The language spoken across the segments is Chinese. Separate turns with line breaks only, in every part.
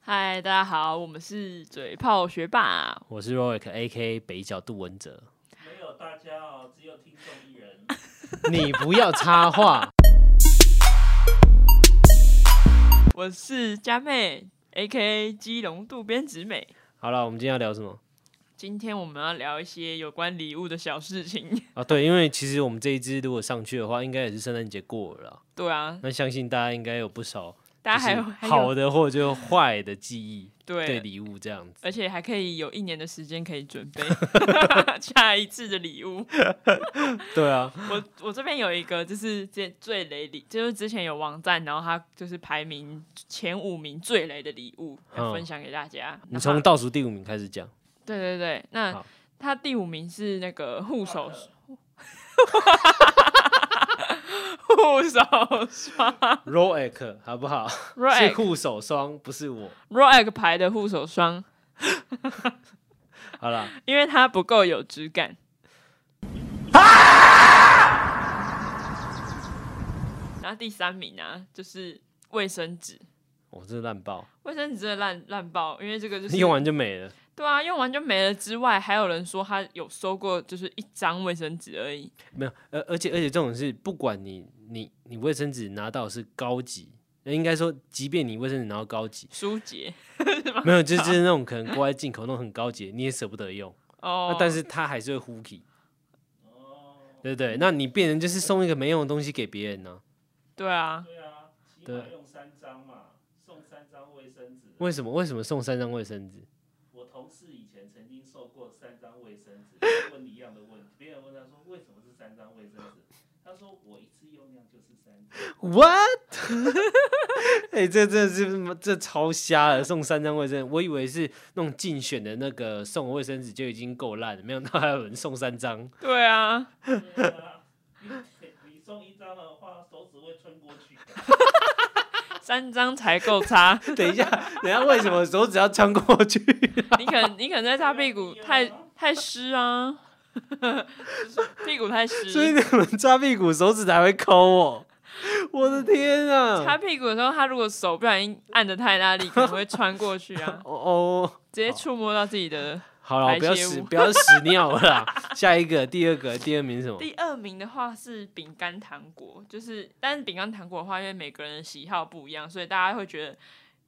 嗨，大家好，我们是嘴炮学霸。
我是 Roic A K 北角杜文哲。
没有大家哦，只有听众一人。
你不要插话，
我是佳妹，A.K. 基隆渡边直美。
好了，我们今天要聊什么？
今天我们要聊一些有关礼物的小事情。
啊，对，因为其实我们这一支如果上去的话，应该也是圣诞节过了啦。
对啊，
那相信大家应该有不少，
大家还有
就是
还有
好的或者就坏的记忆，对
对，
礼物这样子。
而且还可以有一年的时间可以准 备下一次的礼物。
对啊，
我我这边有一个，就是最最雷礼，就是之前有网站，然后它就是排名前五名最雷的礼物，要
嗯
分享给大家。
你
然
从
后
倒数第五名开 始讲。
对对对，那
好
他第五名是那个护手护手霜
Roic 好不好？是
，Roeg
护手霜，不是我。
Roeg 牌的护手霜，
好了，
因为它不够有质感。
啊
然后第三名啊，就是卫生纸，
我真的烂爆，
卫生纸真的烂烂爆，因为这个就是
用完就没了。
对啊，用完就没了。之外，还有人说他有收过就是一张卫生纸而已，
没有，而而且而且这种是不管你你你卫生纸拿到是高级，呃应该说，即便你卫生纸拿到 高级，
舒洁
没有就是就是那种可能国外进口那种很高级的，你也舍不得用，
哦
那，啊但是它还是会呼气。对不对？那你变成就是送一个没用的东西给别人呢、
对啊，
对啊，起码
对
用三张嘛，送三张卫生纸。
为什么？为什么送三张卫生纸？
我同事以前曾经收过三张卫生纸，他问一样的问题，别人问他说为什么是三张卫生纸，他说我一次用量就是三张。
What？哎、这这这这超瞎了！送三张卫生，我以为是那种竞选的那个送卫生纸就已经够烂了，没想到还有人送三张。
对啊，
对啊你你送一张的话，手指会穿过去。
三张才够擦，
等一下，等一下，为什么手指要穿 过去？
你可能你可能在擦屁股太太湿啊，就是屁股太
所以
湿。
你们擦屁股手指才会 抠哦！我的天
擦
啊！，
屁股的时候，他如果手不小心按的太大力，可能会穿过去啊
哦哦，
直接触摸到自己的。
好了，不要
排泄
屎
物
不要屎尿了啦。下一个，第二个，第二名是什么？
第二名的话是饼干糖果，就是但是饼干糖果的话，因为每个人的喜好不一样，所以大家会觉得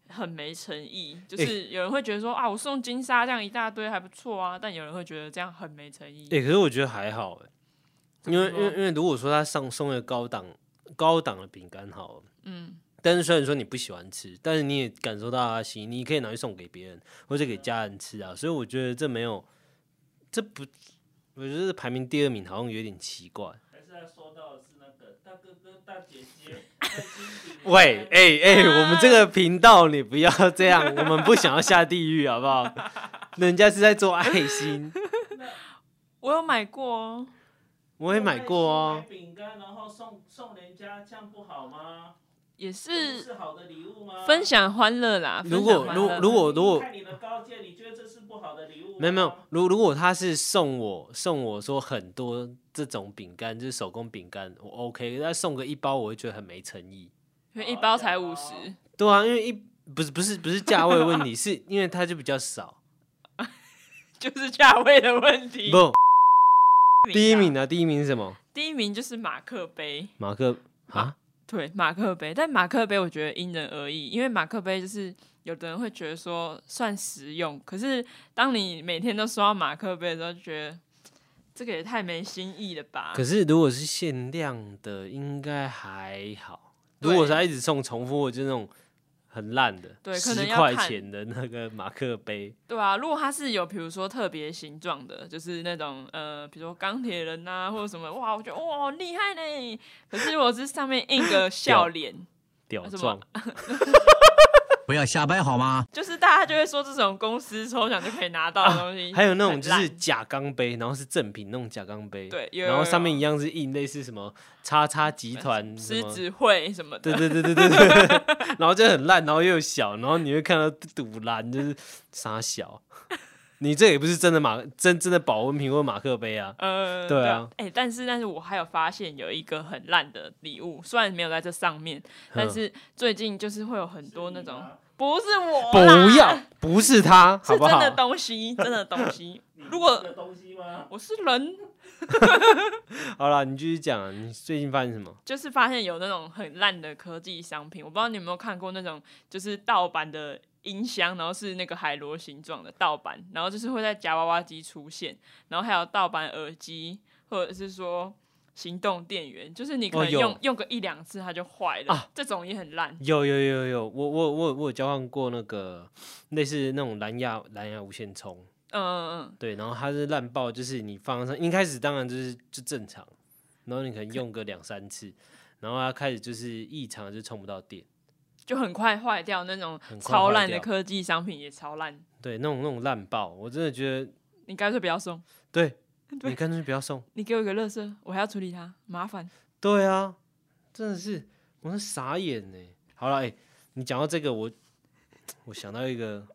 很没诚意。就是有人会觉得说啊，我送金沙这样一大堆还不错啊，但有人会觉得这样很没诚意。
哎、可是我觉得还好哎、因为因为因为如果说他上送一个高档高档的饼干好了，
嗯，
但是虽然说你不喜欢吃，但是你也感受到他的心意，你可以拿去送给别人或者给家人吃啊。所以我觉得这没有，这不，我觉得排名第二名好像有点奇怪。
还是他收到的是那个大哥哥大姐姐，
喂，哎、哎、我们这个频道你不要这样，我们不想要下地狱，好不 好？人家是在做爱心，
我有买过哦，
我也买过哦
买。饼干然后送送人家，这样不好吗？
也
这不
是
是好的礼物吗？
分享欢乐啦。
如
分
果
享欢
如
乐
如果如果
看你的高见，你觉得这是不好的礼物吗？
没有没有，如如果他是送我送我说很多这种饼干，就是手工饼干，我 OK。但送个一包，我会觉得很没诚意。
因为一包才五十，
对啊，因为一不是不是不是价位问题，是因为它就比较 少。
就是价位的问题。
不，
啊
第一，名呢、第一名是什么？
第一名就是马克杯。
马克啊？
对马克杯，但马克杯我觉得因人而异，因为马克杯就是有的人会觉得说算实用，可是当你每天都收到马克杯的时候，就觉得这个也太没新意了吧？
可是如果是限量的，应该还好。
对
如果是他一直送重复，就那种很烂的，
对可
十
能要
块
看
钱的那个马克杯，
对啊，如果它是有比如说特别形状的，就是那种呃，比如说钢铁人呐、或者什么，哇，我觉得哇好厉害呢。可是如果是上面印个笑脸，
屌
什么
撞。
不要瞎掰好吗？
就是大家就会说这种公司抽奖就可以拿到的东西很烂、
啊还有那种就是假钢杯，然后是正品那种假钢杯，
对有
然
有
后上面
有
一样是印类似什么叉叉集团什
狮
么，
子会什么的
对，对对对对对，然后就很烂，然后又小，然后你会看到堵烂，就是傻小。你这也不是真的马真真的保温瓶或马克杯啊，
呃，
对啊，
哎、但是但是我还有发现有一个很烂的礼物，虽然没有在这上面，但是最近就是会有很多那种，
是
不是我，
不要，，不是他，好
是
不
真
好？
的东西，真的东西
你。
如果
吃的东西 吗？
我是人，
好了，你继续讲啊，你最近发现什么？
就是发现有那种很烂的科技商品，我不知道你有没有看过那种就是盗版的音箱，然后是那个海螺形状的盗版，然后就是会在夹娃娃机出现，然后还有盗版耳机，或者是说。行动电源就是你可
哦
能
有
用、用个一两次它就坏了，
啊
这种也很烂。
有有有有，我我我我有交换过那个类似那种蓝牙蓝牙无线充，
嗯嗯
对，然后它是烂爆，就是你放上一开始当然就是就正常，然后你可能用个两三次，然后它开始就是异常就充不到电，
嗯，就很快坏掉那种
很快
超
坏
烂的
掉
科技商品也超烂，
对，那种那种烂爆，我真的觉得，
你干脆不要送，
嗯对
对
你干脆不要送，
你给我一个乐色，我还要处理它，麻烦。
对啊，真的是我是傻眼呢。好了，哎、你讲到这个，我我想到一个，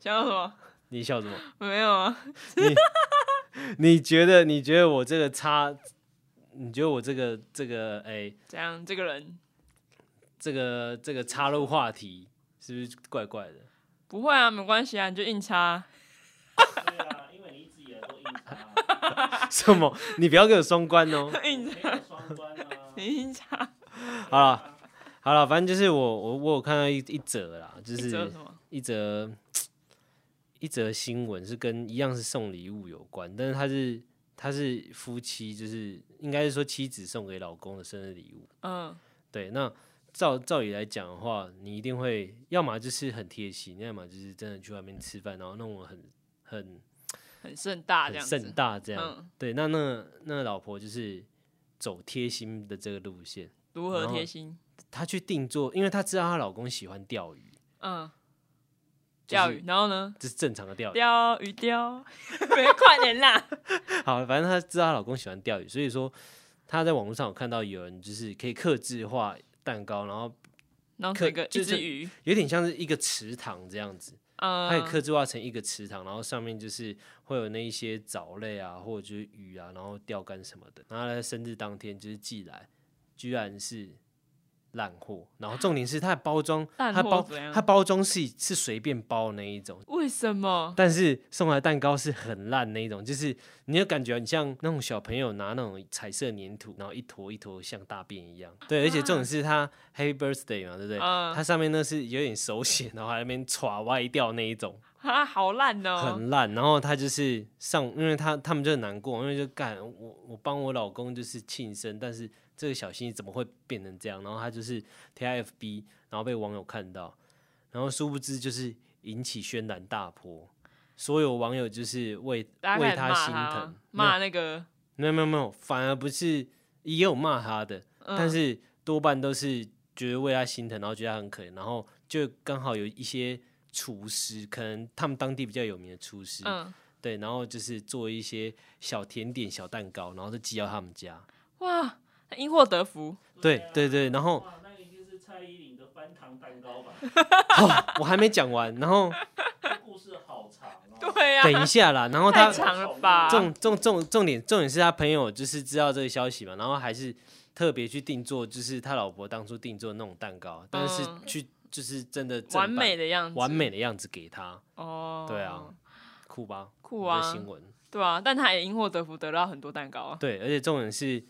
想要什么？
你笑什么？
没有啊，
你觉得你觉得我这个差，你觉得我这个这个哎、
怎样？这个人
这个这个插入话题是不是怪怪的？
不会啊，没关系啊，你就硬插。
对啊，因为你一直以来都硬插啊，
什么？你不要给我双关哦！
硬
没有双关啊。
你硬插，
好了好了，反正就是我我我有看到一一则啦，就
你折
是
什么？
一则一则新闻是跟一样是送礼物有关，但是他是他是夫妻，就是应该是说妻子送给老公的生日礼物。
嗯，
对，那照照理来讲的话，你一定会要么就是很贴心，要么就是真的去外面吃饭，然后弄得很很
很盛大这
很
样
盛
子。
大这样。
嗯，
对，那那那老婆就是走贴心的这个路线，
如何贴心？
她去定做，因为她知道她老公喜欢钓鱼，
嗯，
就
钓
是
鱼，然后呢？
这是正常的钓鱼。
钓鱼钓，没快点啦！
好，反正她知道她老公喜欢钓鱼，所以说她在网络上有看到有人就是可以刻制化蛋糕，然后
然后
可
这个
就
一只
是
鱼，
有点像是一个池塘这样子。
嗯，
它也刻制化成一个池塘，然后上面就是会有那一些藻类啊，或者就是鱼啊，然后钓竿什么的。然后他在生日当天就是寄来，居然是烂货。然后重点是它的包装，
烂
它
货
包
怎样
它包装是是随便包的那一种，
为什么？
但是送来的蛋糕是很烂那一种，就是你就感觉啊你像那种小朋友拿那种彩色粘土，然后一坨一坨像大便一样。对，而且重点是它 Happy Birthday 嘛，对不对？
嗯
它上面那是有点手写，然后还在那边 歘歪掉那一种。
啊，好烂哦！
很烂，然后他就是上，因为他他们就很难过，因为就干我我帮我老公就是庆生，但是这个小星怎么会变成这样？然后他就是贴在 FB，然后被网友看到，然后殊不知就是引起轩然大波，所有网友就是为
大
为
家开始骂
心
他
疼
吗，骂那个，
没有没有没有，反而不是也有骂他的，
嗯
但是多半都是觉得为他心疼，然后觉得他很可怜，然后就刚好有一些厨师，可能他们当地比较有名的厨师，
嗯，
对，然后就是做一些小甜点、小蛋糕，然后就寄到他们家。
哇，因祸得福，
对
啊
对对，然后
哇，那一定是蔡依林的翻糖蛋糕吧？
我还没讲完，然后
这故事好长 哦。
对呀，
等一下啦，然后
太
他
长了吧？
重重重重点重点是他朋友就是知道这个消息嘛，然后还是特别去定做，就是他老婆当初定做的那种蛋糕，但是
嗯
去就是真的正
完美
版
的样子，
完美的样子给他，
哦，
对啊，酷吧？
酷
我们的
啊
新闻
对啊，但他也因祸得福，得到很多蛋糕啊。
对，而且重点是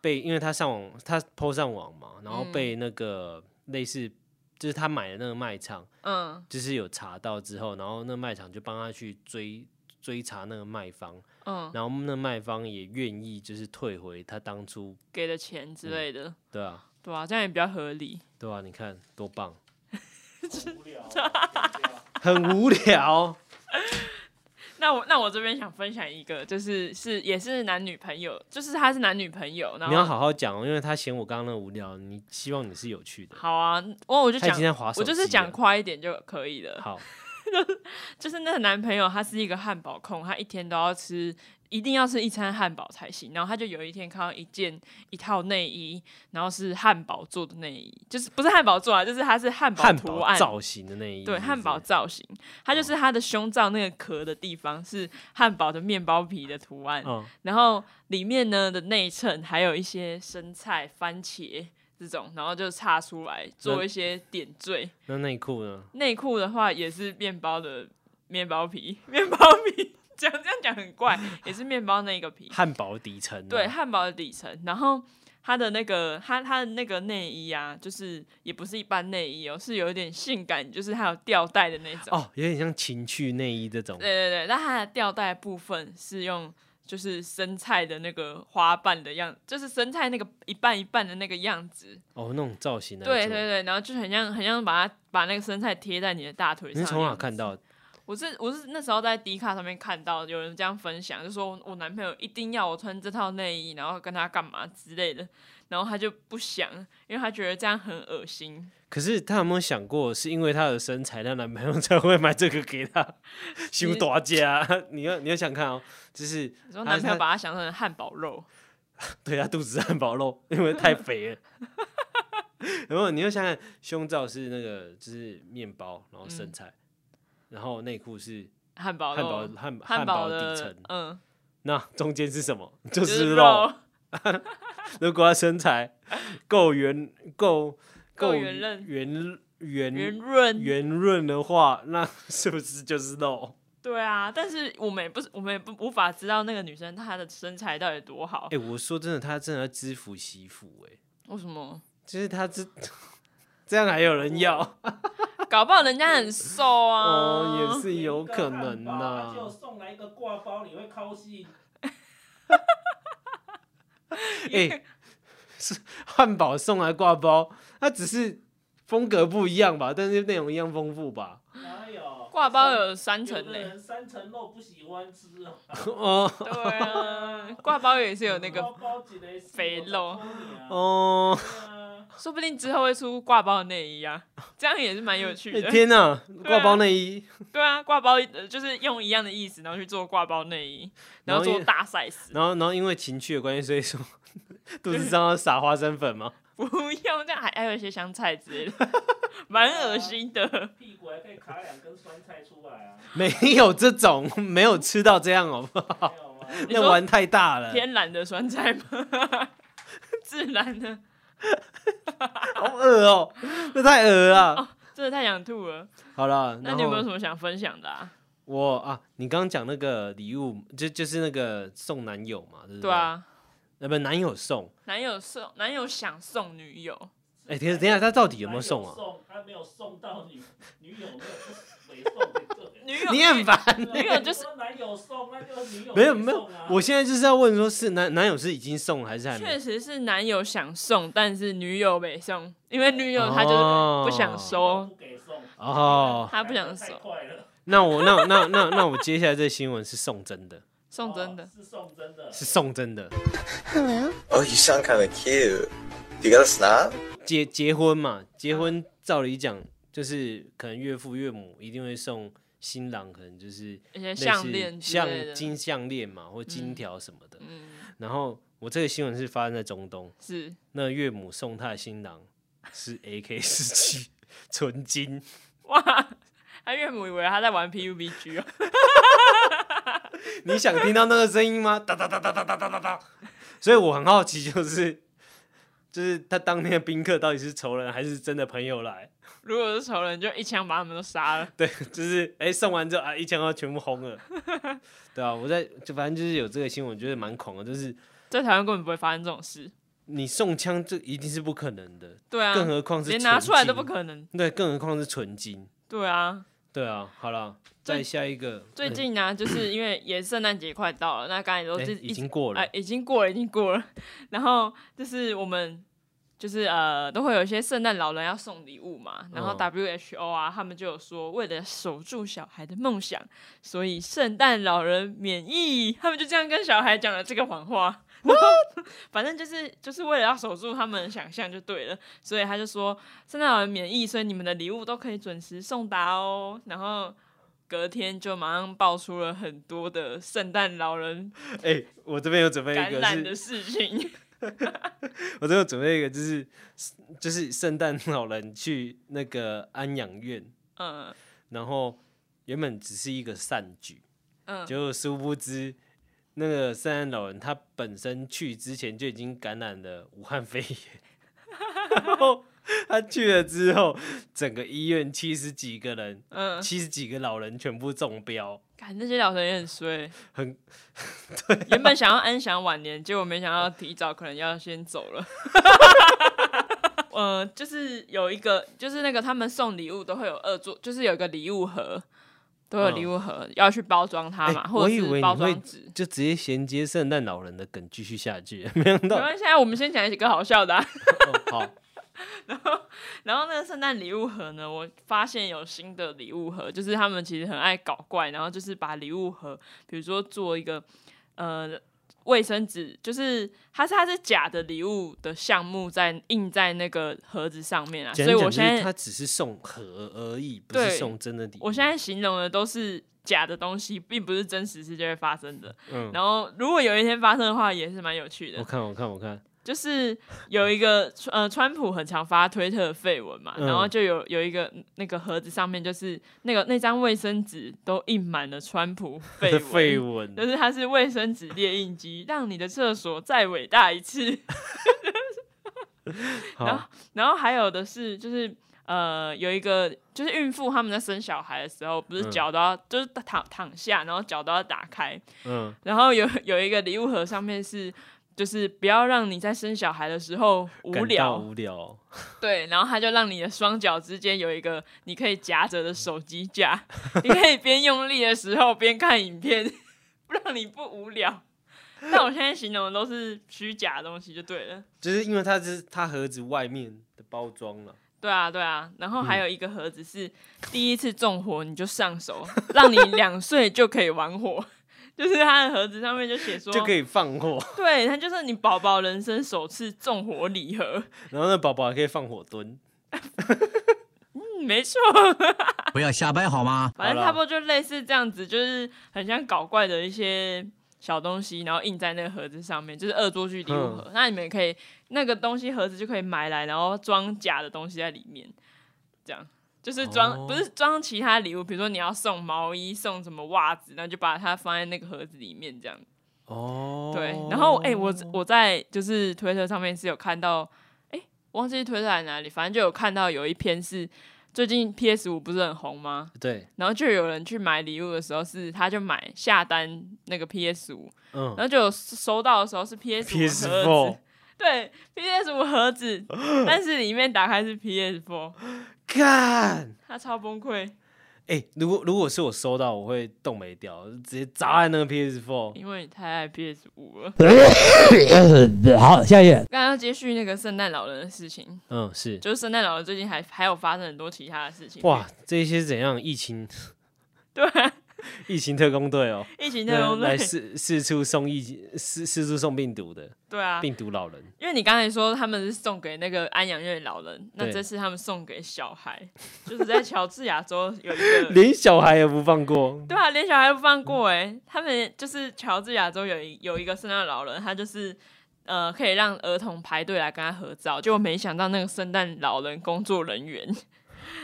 被，因为他上网，他 PO 上网嘛，然后
嗯
被那个类似就是他买的那个卖场。
嗯
就是有查到之后，然后那卖场就帮他去追追查那个卖方，
嗯，
然后那卖方也愿意就是退回他当初，
给的钱
嗯
之类的，
对啊，
对啊，这样也比较合理。
对啊，你看多棒，
无聊哦。
啊
剪掉
很无聊，
那我那我这边想分享一个，就是是也是男女朋友，就是他是男女朋友， 然
你要
后
好好讲哦，因为他嫌我刚刚那无聊，你希望你是有趣的，
好啊，我我就
他已
讲
经，在划手
我
机了，
就是讲快一点就可以了。
好，
就是那个男朋友，他是一个汉堡控，他一天都要吃，一定要吃一餐汉堡才行。然后他就有一天看到一件一套内衣，然后是汉堡做的内衣，就是不是汉堡做啊，就是它是汉堡
汉
图
堡
案
造型的那一
对，汉堡造型，它
哦
就是它的胸罩那个壳的地方是汉堡的面包皮的图案，
嗯，
然后里面呢的内衬还有一些生菜、番茄这种，然后就插出来做一些点缀。
那内裤呢？
内裤的话也是面包的面包皮， 面包皮讲这样讲很怪，也是面包那个皮。
汉堡底层、啊。
对，汉堡的底层，然后它的那个它它的那个内衣啊，就是也不是一般内衣哦，是有一点性感，就是它有吊带的那种。
哦，有点像情趣内衣这种。
对对对，但它的吊带部分是用就是生菜的那个花瓣的样，就是生菜那个一半一半的那个样子。
哦，那种造型来
对
做
对。对，然后就很像很像把它把那个生菜贴在你的大腿
你
上。
是从哪看？到的？
我是我是那时候在迪卡上面看到有人这样分享，就说我男朋友一定要我穿这套内衣，然后跟他干嘛之类的，然后他就不想，因为他觉得这样很恶心。
可是她有没有想过，是因为她的身材，她男朋友才会买这个给 她？修大家， 你要你要想看哦，就是
你说
他
男朋友
他
把他想成汉堡肉，
对她肚子是汉堡肉，因为太肥了。 然后你要想想，胸罩是那个就是面包，然后身材，然后内裤是
汉堡
汉
肉，
堡汉
哦汉
堡
的
底层，
嗯，
那中间是什么？ 就
就是是
肉。，如果她身材 够圆够
够
够
圆润
圆圆
圆润，
圆润的话，那是不是就是肉？
对啊。但是我们也不是，我们也不无法知道那个女生她的身材到底多好
哎、。我说真的，他真的要知府媳妇哎、
为什么？
就是他这这样还有人要
搞不好人家很瘦啊。
哦，也是有可能啊呐、
就送来一个挂包，你会高兴？
哎、是汉堡送来挂包，它只是风格不一样吧，但是内容一样丰富吧？
哪有？
挂包有三层
哎有
呢、
的人三层肉不喜欢吃啊，
哦
对啊，挂包也是有那
挂
个，
包一个是
肥肉。
哦，
哦，
说不定之后会出挂包的内衣啊，这样也是蛮有趣
哎
的。
天哪、
对啊
挂包内衣，
对啊，挂包呃就是用一样的意思，然后去做挂包内衣，然后
然后
做
也
大 size，
然后然后因为情趣的关系，所以说肚子上要撒花生粉吗？
不用这样还还有一些香菜之类的，蛮恶心 的。
屁股还可以卡两根酸菜出来啊，
没有这种，没有吃到这样哦，
没有吗？
你
那
说
玩太大了，
天然的酸菜吗？ 自然的，
好恶哦、这太恶了。啊
真的太想吐了。
好了，
那
然
你有没有
后
什么想分享的啊？
我啊，你刚刚讲那个礼物，就就是那个送男友嘛，对不对？
对，啊，
呃，不，男友送。
男友送男友想送女友，
哎、等一下等一下，他到底有没有送啊？
送，他没有送到女女友，没有没送给这个人。
女友
你很烦。
女友就是
说男友送，那就是女友
没有
送
没有
啊，
我现在就是要问，说是男男友是已经送了还是还没
确？实是男友想送，但是女友没送，因为女友她就是
哦
不想收
不给送，哎
哦。
她不想
太
送，
快了，
那我那那那那我接下来这新闻是送真的，
送真的
哦。是送 真的，
是送真的。
Oh, you sound kind of cute. You got a snap?
结结婚嘛，结婚照理讲就是可能岳父岳母一定会送新郎，可能就是
一些
类似
项链之
像
类的，
金项链嘛，或金条什么的。
嗯，
然后我这个新闻是发生在中东，
是
那岳母送她的新郎是 AK 四七纯金，
哇，他岳母以为他在玩 PUBG 哦，
你想听到那个声音吗？哒哒哒哒哒哒哒哒哒。所以我很好奇，就是就是他当天的宾客到底是仇人还是真的朋友来？
如果是仇人，就一枪把他们都杀了。
对，就是哎、送完之后啊，一枪要全部轰了。对啊，我在就反正就是有这个新闻，我觉得蛮恐的，就是
在台湾根本不会发生这种事，
你送枪这一定是不可能的，
对啊，
更何况是
连拿出来都不
能。
可能，
对，更何况是纯金。
对啊。
对啊，好了，
最
再下一个。
最
嗯
近呢、就是因为也圣诞节快到了，那刚才都
哎
是
已经过了
哎，已经过了，已经过了。然后就是我们就是呃，都会有一些圣诞老人要送礼物嘛。然后
嗯
WHO 啊，他们就有说，为了守住小孩的梦想，所以圣诞老人免疫。他们就这样跟小孩讲了这个谎话。然后 反正就是就是为了要守住他们的想象就对了，所以他就说圣诞老人免疫，所以你们的礼物都可以准时送达哦。然后隔天就马上爆出了很多的圣诞老人
哎、我这边有准备一
感
个
染的
是，
事情。
我这边有准备一个就是就是圣诞老人去那个安养院，
嗯
然后原本只是一个善举，
嗯，
结果殊不知那个圣诞老人他本身去之前就已经感染了武汉肺炎，然后他去了之后，整个医院七十几个人，
嗯，
七十几个老人全部中标，
看那些老人也很衰，
很 啊
原本想要安享晚年，结果没想到提早可能要先走了。 呃，就是有一个，就是那个他们送礼物都会有二做，就是有一个礼物盒，都有
嗯
礼物盒、要去包装它
哎
嘛，或
我
者
以
是
为
包
你会
装纸。
就直接衔接圣诞老人的梗继续下去， 没想
没
到、
关系，啊，我们先讲一个好笑的、啊。
哦、好，
然后那个圣诞礼物盒呢，我发现有新的礼物盒，就是他们其实很爱搞怪，然后就是把礼物盒，比如说做一个呃卫生纸，就是它是它是假的礼物的项目在印在那个盒子上面啊，所
简
以
单
我
讲
现
就是他
在
只是送盒而已，不是
对
送真的礼物。
我现在形容的都是假的东西，并不是真实世界会发生的。
嗯，
然后如果有一天发生的话，也是蛮有趣的
我。看我看我看，
就是有一个呃，川普很常发推特的绯闻嘛，
嗯
然后就有有一个呃那个盒子上面就是那个那张卫生纸都印满了川普绯 闻，
绯闻
就是它是卫生纸列印机，让你的厕所再伟大一次。然后
好，
然后还有的是就是。呃，有一个就是孕妇他们在生小孩的时候，不是
嗯
脚都要、就是躺躺下，然后脚都要打开，
嗯，
然后有 有一个礼物盒，上面是就是不要让你在生小孩的时候无
感到
聊，
无聊，
对，然后它就让你的双脚之间有一个你可以夹着的手机架， 你可以边用力的时候边看影片，不让你不无聊。但我现在形容的都是虚假的东西就对了。
就是因为它是它盒子外面的包装了，
对啊，对啊，然后还
嗯
有一个盒子是第一次纵火你就上手，让你两岁就可以玩火，就是它的盒子上面就写说
就可以放货，
对，它就是你宝宝人生首次纵火礼盒。
然后那宝宝还可以放火蹲。
嗯，没错，
不要瞎掰好吗？
反正
好啦
差不多就类似这样子，就是很像搞怪的一些小东西，然后印在那个盒子上面，就是恶作剧礼物盒。
嗯
那你们也可以那个东西盒子就可以买来，然后装假的东西在里面，这样。就是装、
哦
不是装其他礼物，比如说你要送毛衣、送什么袜子，那就把它放在那个盒子里面，这样。
哦
对，然后哎、我我在就是推特上面是有看到，哎、忘记推特在哪里，反正就有看到有一篇是最近 PS 五不是很红吗？
对，
然后就有人去买礼物的时候是，他就买下单那个 PS 五，
嗯
然后就有收到的时候是 PS 五
，PS
盒
Four，
子，对 PS 五盒子，但是里面打开是 PS Four，
干，
他超崩溃，
哎，如果如果是我收到，我会冻没掉，就直接砸在那个 PS Four。
因为你太爱 PS 五了。
好，下一页。
刚刚要接续那个圣诞老人的事情，
嗯，是，
就是圣诞老人最近还还有发生很多其他的事情，
哇，这些怎样？疫情，
对啊，
疫情特工队哦，
疫情特
那
工
来
队，
四四处送疫四四处送病毒的
对啊，
病毒 老人，
因为你刚才说他们是送给那个安养院老人，那
对
这次他们送给小孩，就是在乔治亚州有一 个，
连小孩也不放过。
对啊，连小孩都不放过哎、他们就是乔治亚州有一有一个圣诞老人，他就是。呃，可以让儿童排队来跟他合照，结果没想到那个圣诞老人工作人员，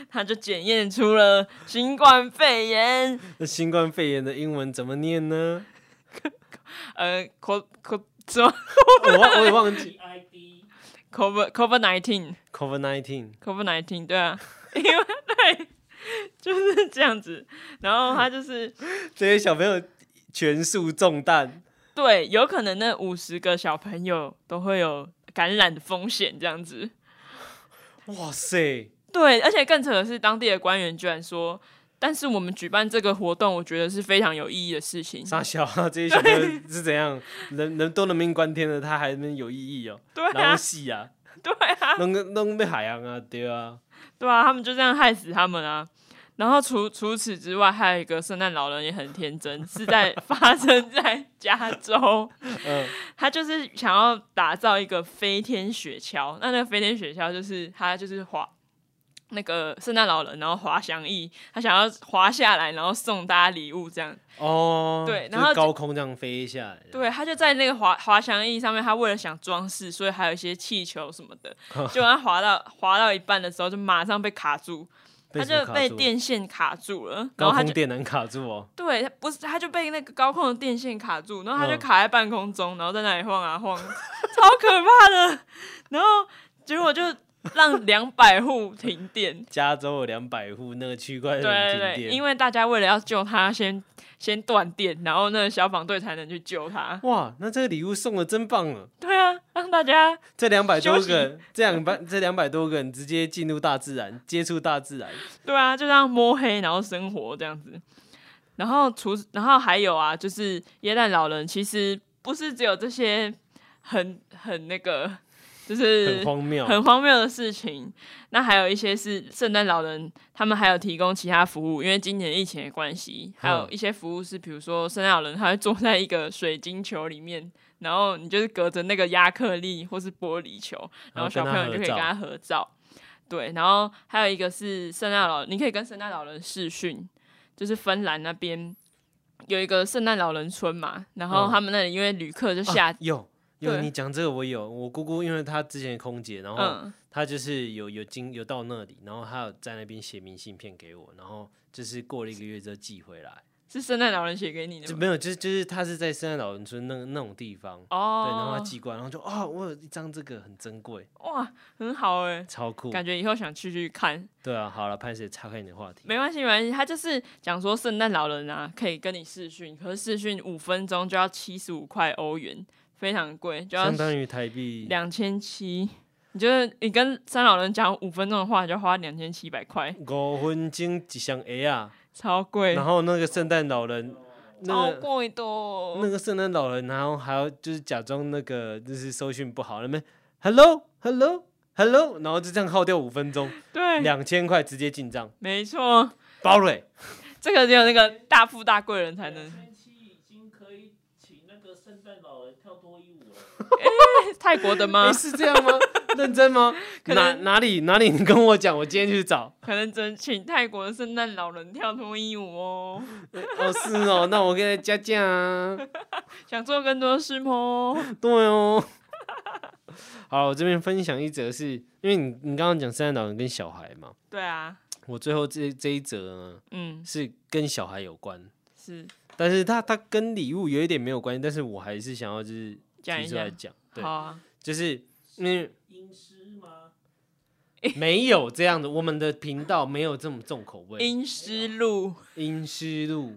他就检验出了新冠肺炎，
那新冠肺炎的英文怎么念呢？
呃，co co 什么
我忘我也忘记
EID
covid covid nineteen，
COVID nineteen。
COVID nineteen，对啊，因为对，就是这样子。然后他就是
这些小朋友全数中弹，
对，有可能那五十个小朋友都会有感染的风险，这样子。
哇塞！
对，而且更扯的是，当地的官员居然说。但是我们举办这个活动，我觉得是非常有意义的事情。
傻 小啊，这些小朋友是怎样？人人都人命关天了，他还能有意义哦、
对
然
啊
后，戏 啊，
对啊，
弄个弄被海洋啊，对啊，
对啊，他们就这样害死他们啊。然后除除此之外，还有一个圣诞老人也很天真，是在 发生在加州。
嗯，
他就是想要打造一个飞天雪橇，那那个飞天雪橇就是他就是滑那个圣诞老人，然后滑翔翼，他想要滑下来，然后送大家礼物这样。
哦，
对
就是
然后就
高空这样飞下来，啊
对，他就在那个滑滑翔翼上面，他为了想装饰，所以还有一些气球什么 的。结果他滑到滑到一半的时候，就马上被卡住，
被
他
什么
就
卡
被
住
电线卡住了，然
高
后他
空
就
电能卡住 哦、
对，他不是，他就被那个高空的电线卡住，然后他就
嗯。
卡在 半空中，然后在那里晃啊晃，超可怕的。然后结果就让两百户停电
加州有两百户那个区块
对
链停
对对，
电，
因为大家为了要救他，先先断电，然后那个消防队才能去救他。
哇，那这个礼物送的真棒了！
对啊，让大家
这两百多
休息
个人，这两百这两百多个人直接进入大自然，接触大自然，
对啊，就这样摸黑然后生活这样子。然后除然后还有啊，就是耶诞老人其实不是只有这些很很那个，就是
很荒谬。
很荒谬的事情。那还有一些是圣诞老人，他们还有提供其他服务，因为今年疫情的关系，还有一些服务是，比如说圣诞老人他会坐在一个水晶球里面，然后你就是隔着那个亚克力或是玻璃球，然后小朋友就可以跟他合照。对，然后还有一个是圣诞老人，你可以跟圣诞老人视讯，就是芬兰那边。有一个圣诞老人村嘛，然后
嗯
他们那里因为旅客就
啊
下，
有有，
对
你讲这个我有，我姑姑因为她之前空姐，然后
嗯，
她就是有有经有到那里，然后她有在那边写明信片给我，然后就是过了一个月之后寄回来，
是圣诞老人写给你的
就
吗
没有，就是就是她是在圣诞老人村那那种地方。
哦
对，然后她寄过来，然后就啊、我有一张这个很珍贵，
哇，很好哎、
超酷。
感觉以后想去去看，
对啊，好了，潘姐岔开你的话题。
没关系没关系。他就是讲说圣诞老人啊，可以跟你视讯，可是视讯五分钟就要七十五块欧元，非常贵，就要
相当于台币
两千七。你就是你跟三老人讲五分钟的话，你就花两千七百块，
五分钟一箱鞋啊，
超贵，
然后那个圣诞老人，
超
那个
贵的哦。
那个圣诞老人，然后还要就是假装那个就是搜讯不好，那边 hello hello hello，然后就这样耗掉五分钟，
对，
两千块直接进账，
没错，
包嘞，
这个只有那个大富大贵人才 能，
天气已经可以请那个圣诞老人跳脱衣舞了。
是泰国的吗
诶？是这样 吗？认真吗？
啊可
哪
能
哪里哪里？你跟我讲，我今天去找。
可能只能请泰国的圣诞老人跳脱衣舞哦。
哦，是哦，那我跟他加价啊。
想做更多事吗？
对哦。 好，我这边分享一则是，因为你你刚刚讲圣诞老人跟小孩嘛，
对啊，
我最后这这一则呢
嗯，
是跟小孩有关，
是
但是它它跟礼物有一点没有关系，但是我还是想要就是
讲一
提出来
下，
讲，对
好，啊，
就是因为
阴湿吗？
没有这样的，我们的频道没有这么重口 味，
阴湿路，
阴湿路。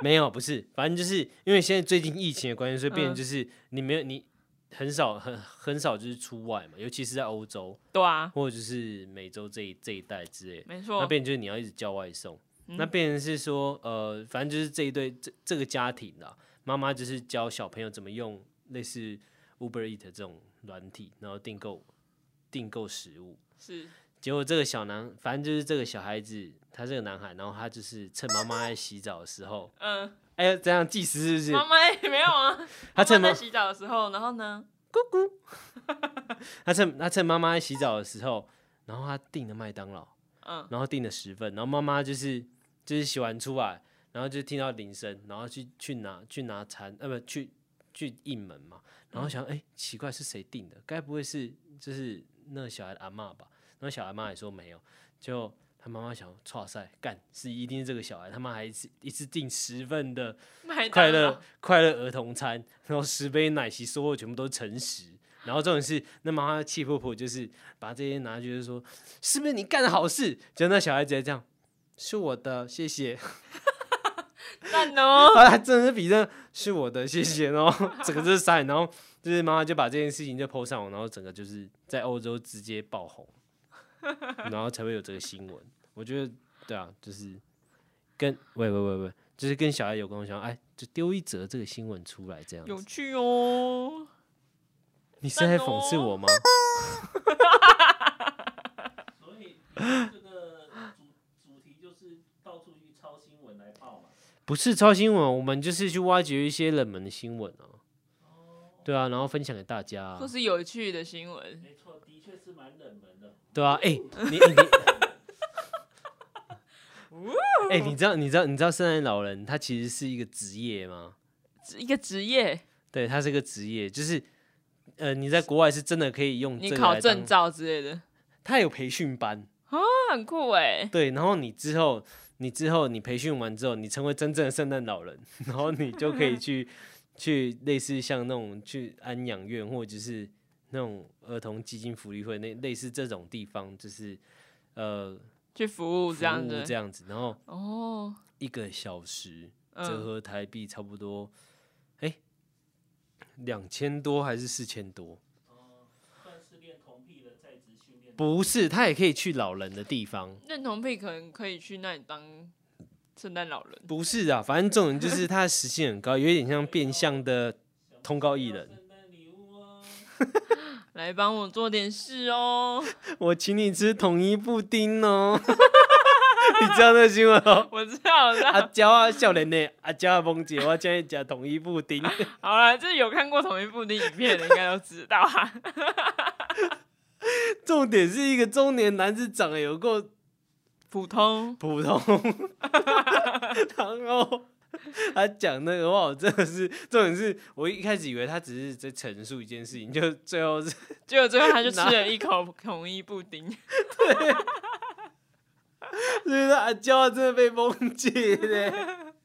没有，不是，反正就是因为现在最近疫情的关系，所以变
嗯
成就是你没有你很少很很少就是出外嘛，尤其是在欧洲，
对啊，
或者就是美洲这一这一带之类的，
没
那
错，
变成就是你要一直叫外送，
嗯
那变成是说呃，反正就是这一对这这个家庭啦，妈妈就是教小朋友怎么用类似 Uber Eat 这种软体，然后订购订购食物。
是
结果这个小男，反正就是这个小孩子，他这个男孩，然后他就是趁妈妈在洗澡的时候，
嗯，
哎呀，这样计时是不
妈
是？
妈也没有啊，
他
妈
趁
妈
妈
在洗澡的时候，然后呢，
他趁他趁妈妈在洗澡的时候，然后他订了麦当劳，
嗯，
然后订了十份，然后妈妈就是就是洗完出来，然后就听到铃声，然后去去拿去拿餐，呃不去去应门嘛，然后想哎、诶奇怪是谁订的？该不会是就是那个小孩的阿嬷吧？然后小孩妈也说没有，就他妈妈想，哇塞，干是一定是这个小孩，他妈还一次一次订十份的
麦
快
当
乐
劳，
快乐儿童餐，然后十杯奶昔，所有全部都是诚实。然后重点是，那妈妈气婆婆就是把这些拿去，就是说，是不是你干的好事？就那小孩直接这样，是我的，谢谢。
赞哦，
啊，真的是比这是我的，谢谢。然后整个就是傻眼，然后就是妈妈就把这件事情就 PO 上网，然后整个就是在欧洲直接爆红，然后才会有这个新闻。我觉得，对啊，就是跟喂喂喂喂，就是跟小孩有关，我想哎，就丢一则这个新闻出来这样
有
子。
趣哦，
你是在讽刺我吗？
所以这个主主题就是到处去抄新闻来报嘛。
不是抄新闻，我们就是去挖掘一些冷门的新闻啊。对啊，然后分享给大家、啊
或。是有趣的新闻，
没错，的确是蛮冷门的。
对啊，哎、你你，哎、你知道你知道你知道圣诞老人他其实是一个职业吗？
只一个职业，
对，他是个职业，就是呃，你在国外是真的可以用
你
这个
考
来
证
当，
照之类的，
他有培训班，
那很酷哎，
对，然后你之后你之后你培训完之后，你成为真正的圣诞老人， 然后你就可以去去类似像那种去安养院或者是那种儿童基金福利会那类似这种地方，就是呃
去服务
服
这样
务
子。
这样子，然后
哦，
一个小时折
嗯，
合台币差不多，哎、两千多还是四千多？
哦算是练同屁的在职训练。
不是，他也可以去老人的地方。
认同癖可能可以去那里当圣诞老人。
不是啊，反正这种人就是他的时薪很高，有一点像变相的通告艺人。
圣诞礼物哦，
来帮我做点事哦。
我请你吃统一布丁 哦，你知道那个新闻哦？
我知道，我知
阿
道。
娇啊，笑脸呢？阿娇啊，萌姐，我今天讲统一布丁，
好了，这有看过同一部的影片的，应该都知道啊。
重点是一个中年男子长得有够
普通，
普 通，然后他讲那个话，我真的是重点是我一开始以为他只是在陈述一件事情，就最后是
结果最后他就吃了一口统一布丁。
就是阿娇啊真的被崩解嘞，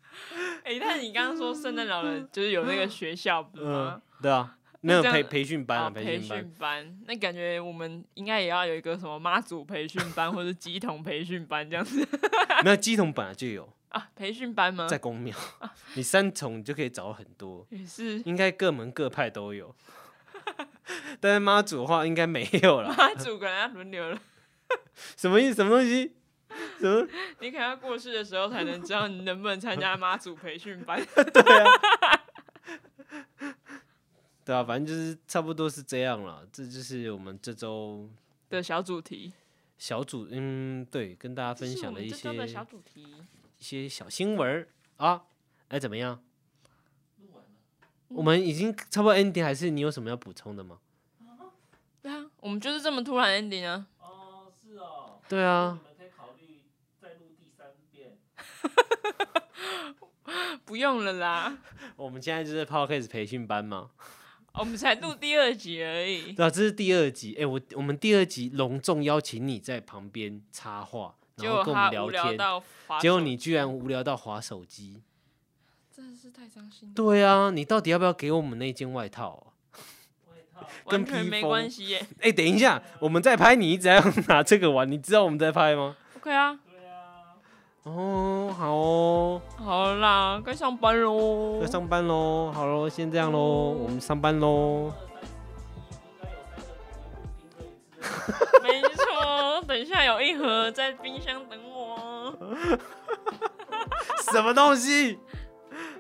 哎、但是你刚刚说圣诞老人就是有那个学校不是
嗯
吗？，
对啊，那
这
个
样
培培训班
啊，
啊，
培
培训
训
班，
班，那感觉我们应该也要有一个什么妈祖培训班或者鸡童培训班这样子
没有基童本来就有，
啊？培训班吗
在？公 庙，你三重你就可以找到很多。
也是
应该各门各派都有。 但是妈祖的话应该没有 啦。
妈祖可能要轮流了，
什么意思？什么东西？什么？
你可能要过世的时候才能知道你能不能参加妈祖培训 班。
对啊，反正就是差不多是这样啦。这就是我们这周
的小主题，
小组，嗯，对，跟大家分享
的
一些
的小主题。
一些小新闻儿啊。哎，怎么样？
录完了，
嗯
我们已经差不多 ending，还是你有什么要补充的吗？
对啊，我们就是这么突然 ending 啊。
哦，是哦，
对啊
你，们可以考虑再录第三遍。
不用了啦，
我们现在就是 podcast 培训班嘛。
哦我们才录第二集而已。
对啊，这是第二集。哎，我我们第二集隆重邀请你在旁边插话，
结
然
果
后跟我
他
们
无聊
聊天。
到滑手，
结果你居然无聊到划手机。
真的是太伤心了，
对啊，你到底要不要给我们那件外套啊、
外套，
完
跟
全
披
没
风
关系 耶。
哎、等一下，我们在 拍，你一直要拿这个玩，你知道我们在拍吗？
OK 啊，
对啊，
哦，好哦，
好啦，该上班喽
要。上班喽，好喽，先这样喽，我们上班喽。
二三四七应该有三个统一布丁可以吃了。
没错，等一下有一盒在冰箱等我哦。
什么东西？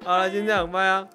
好了，先这样，拜啊。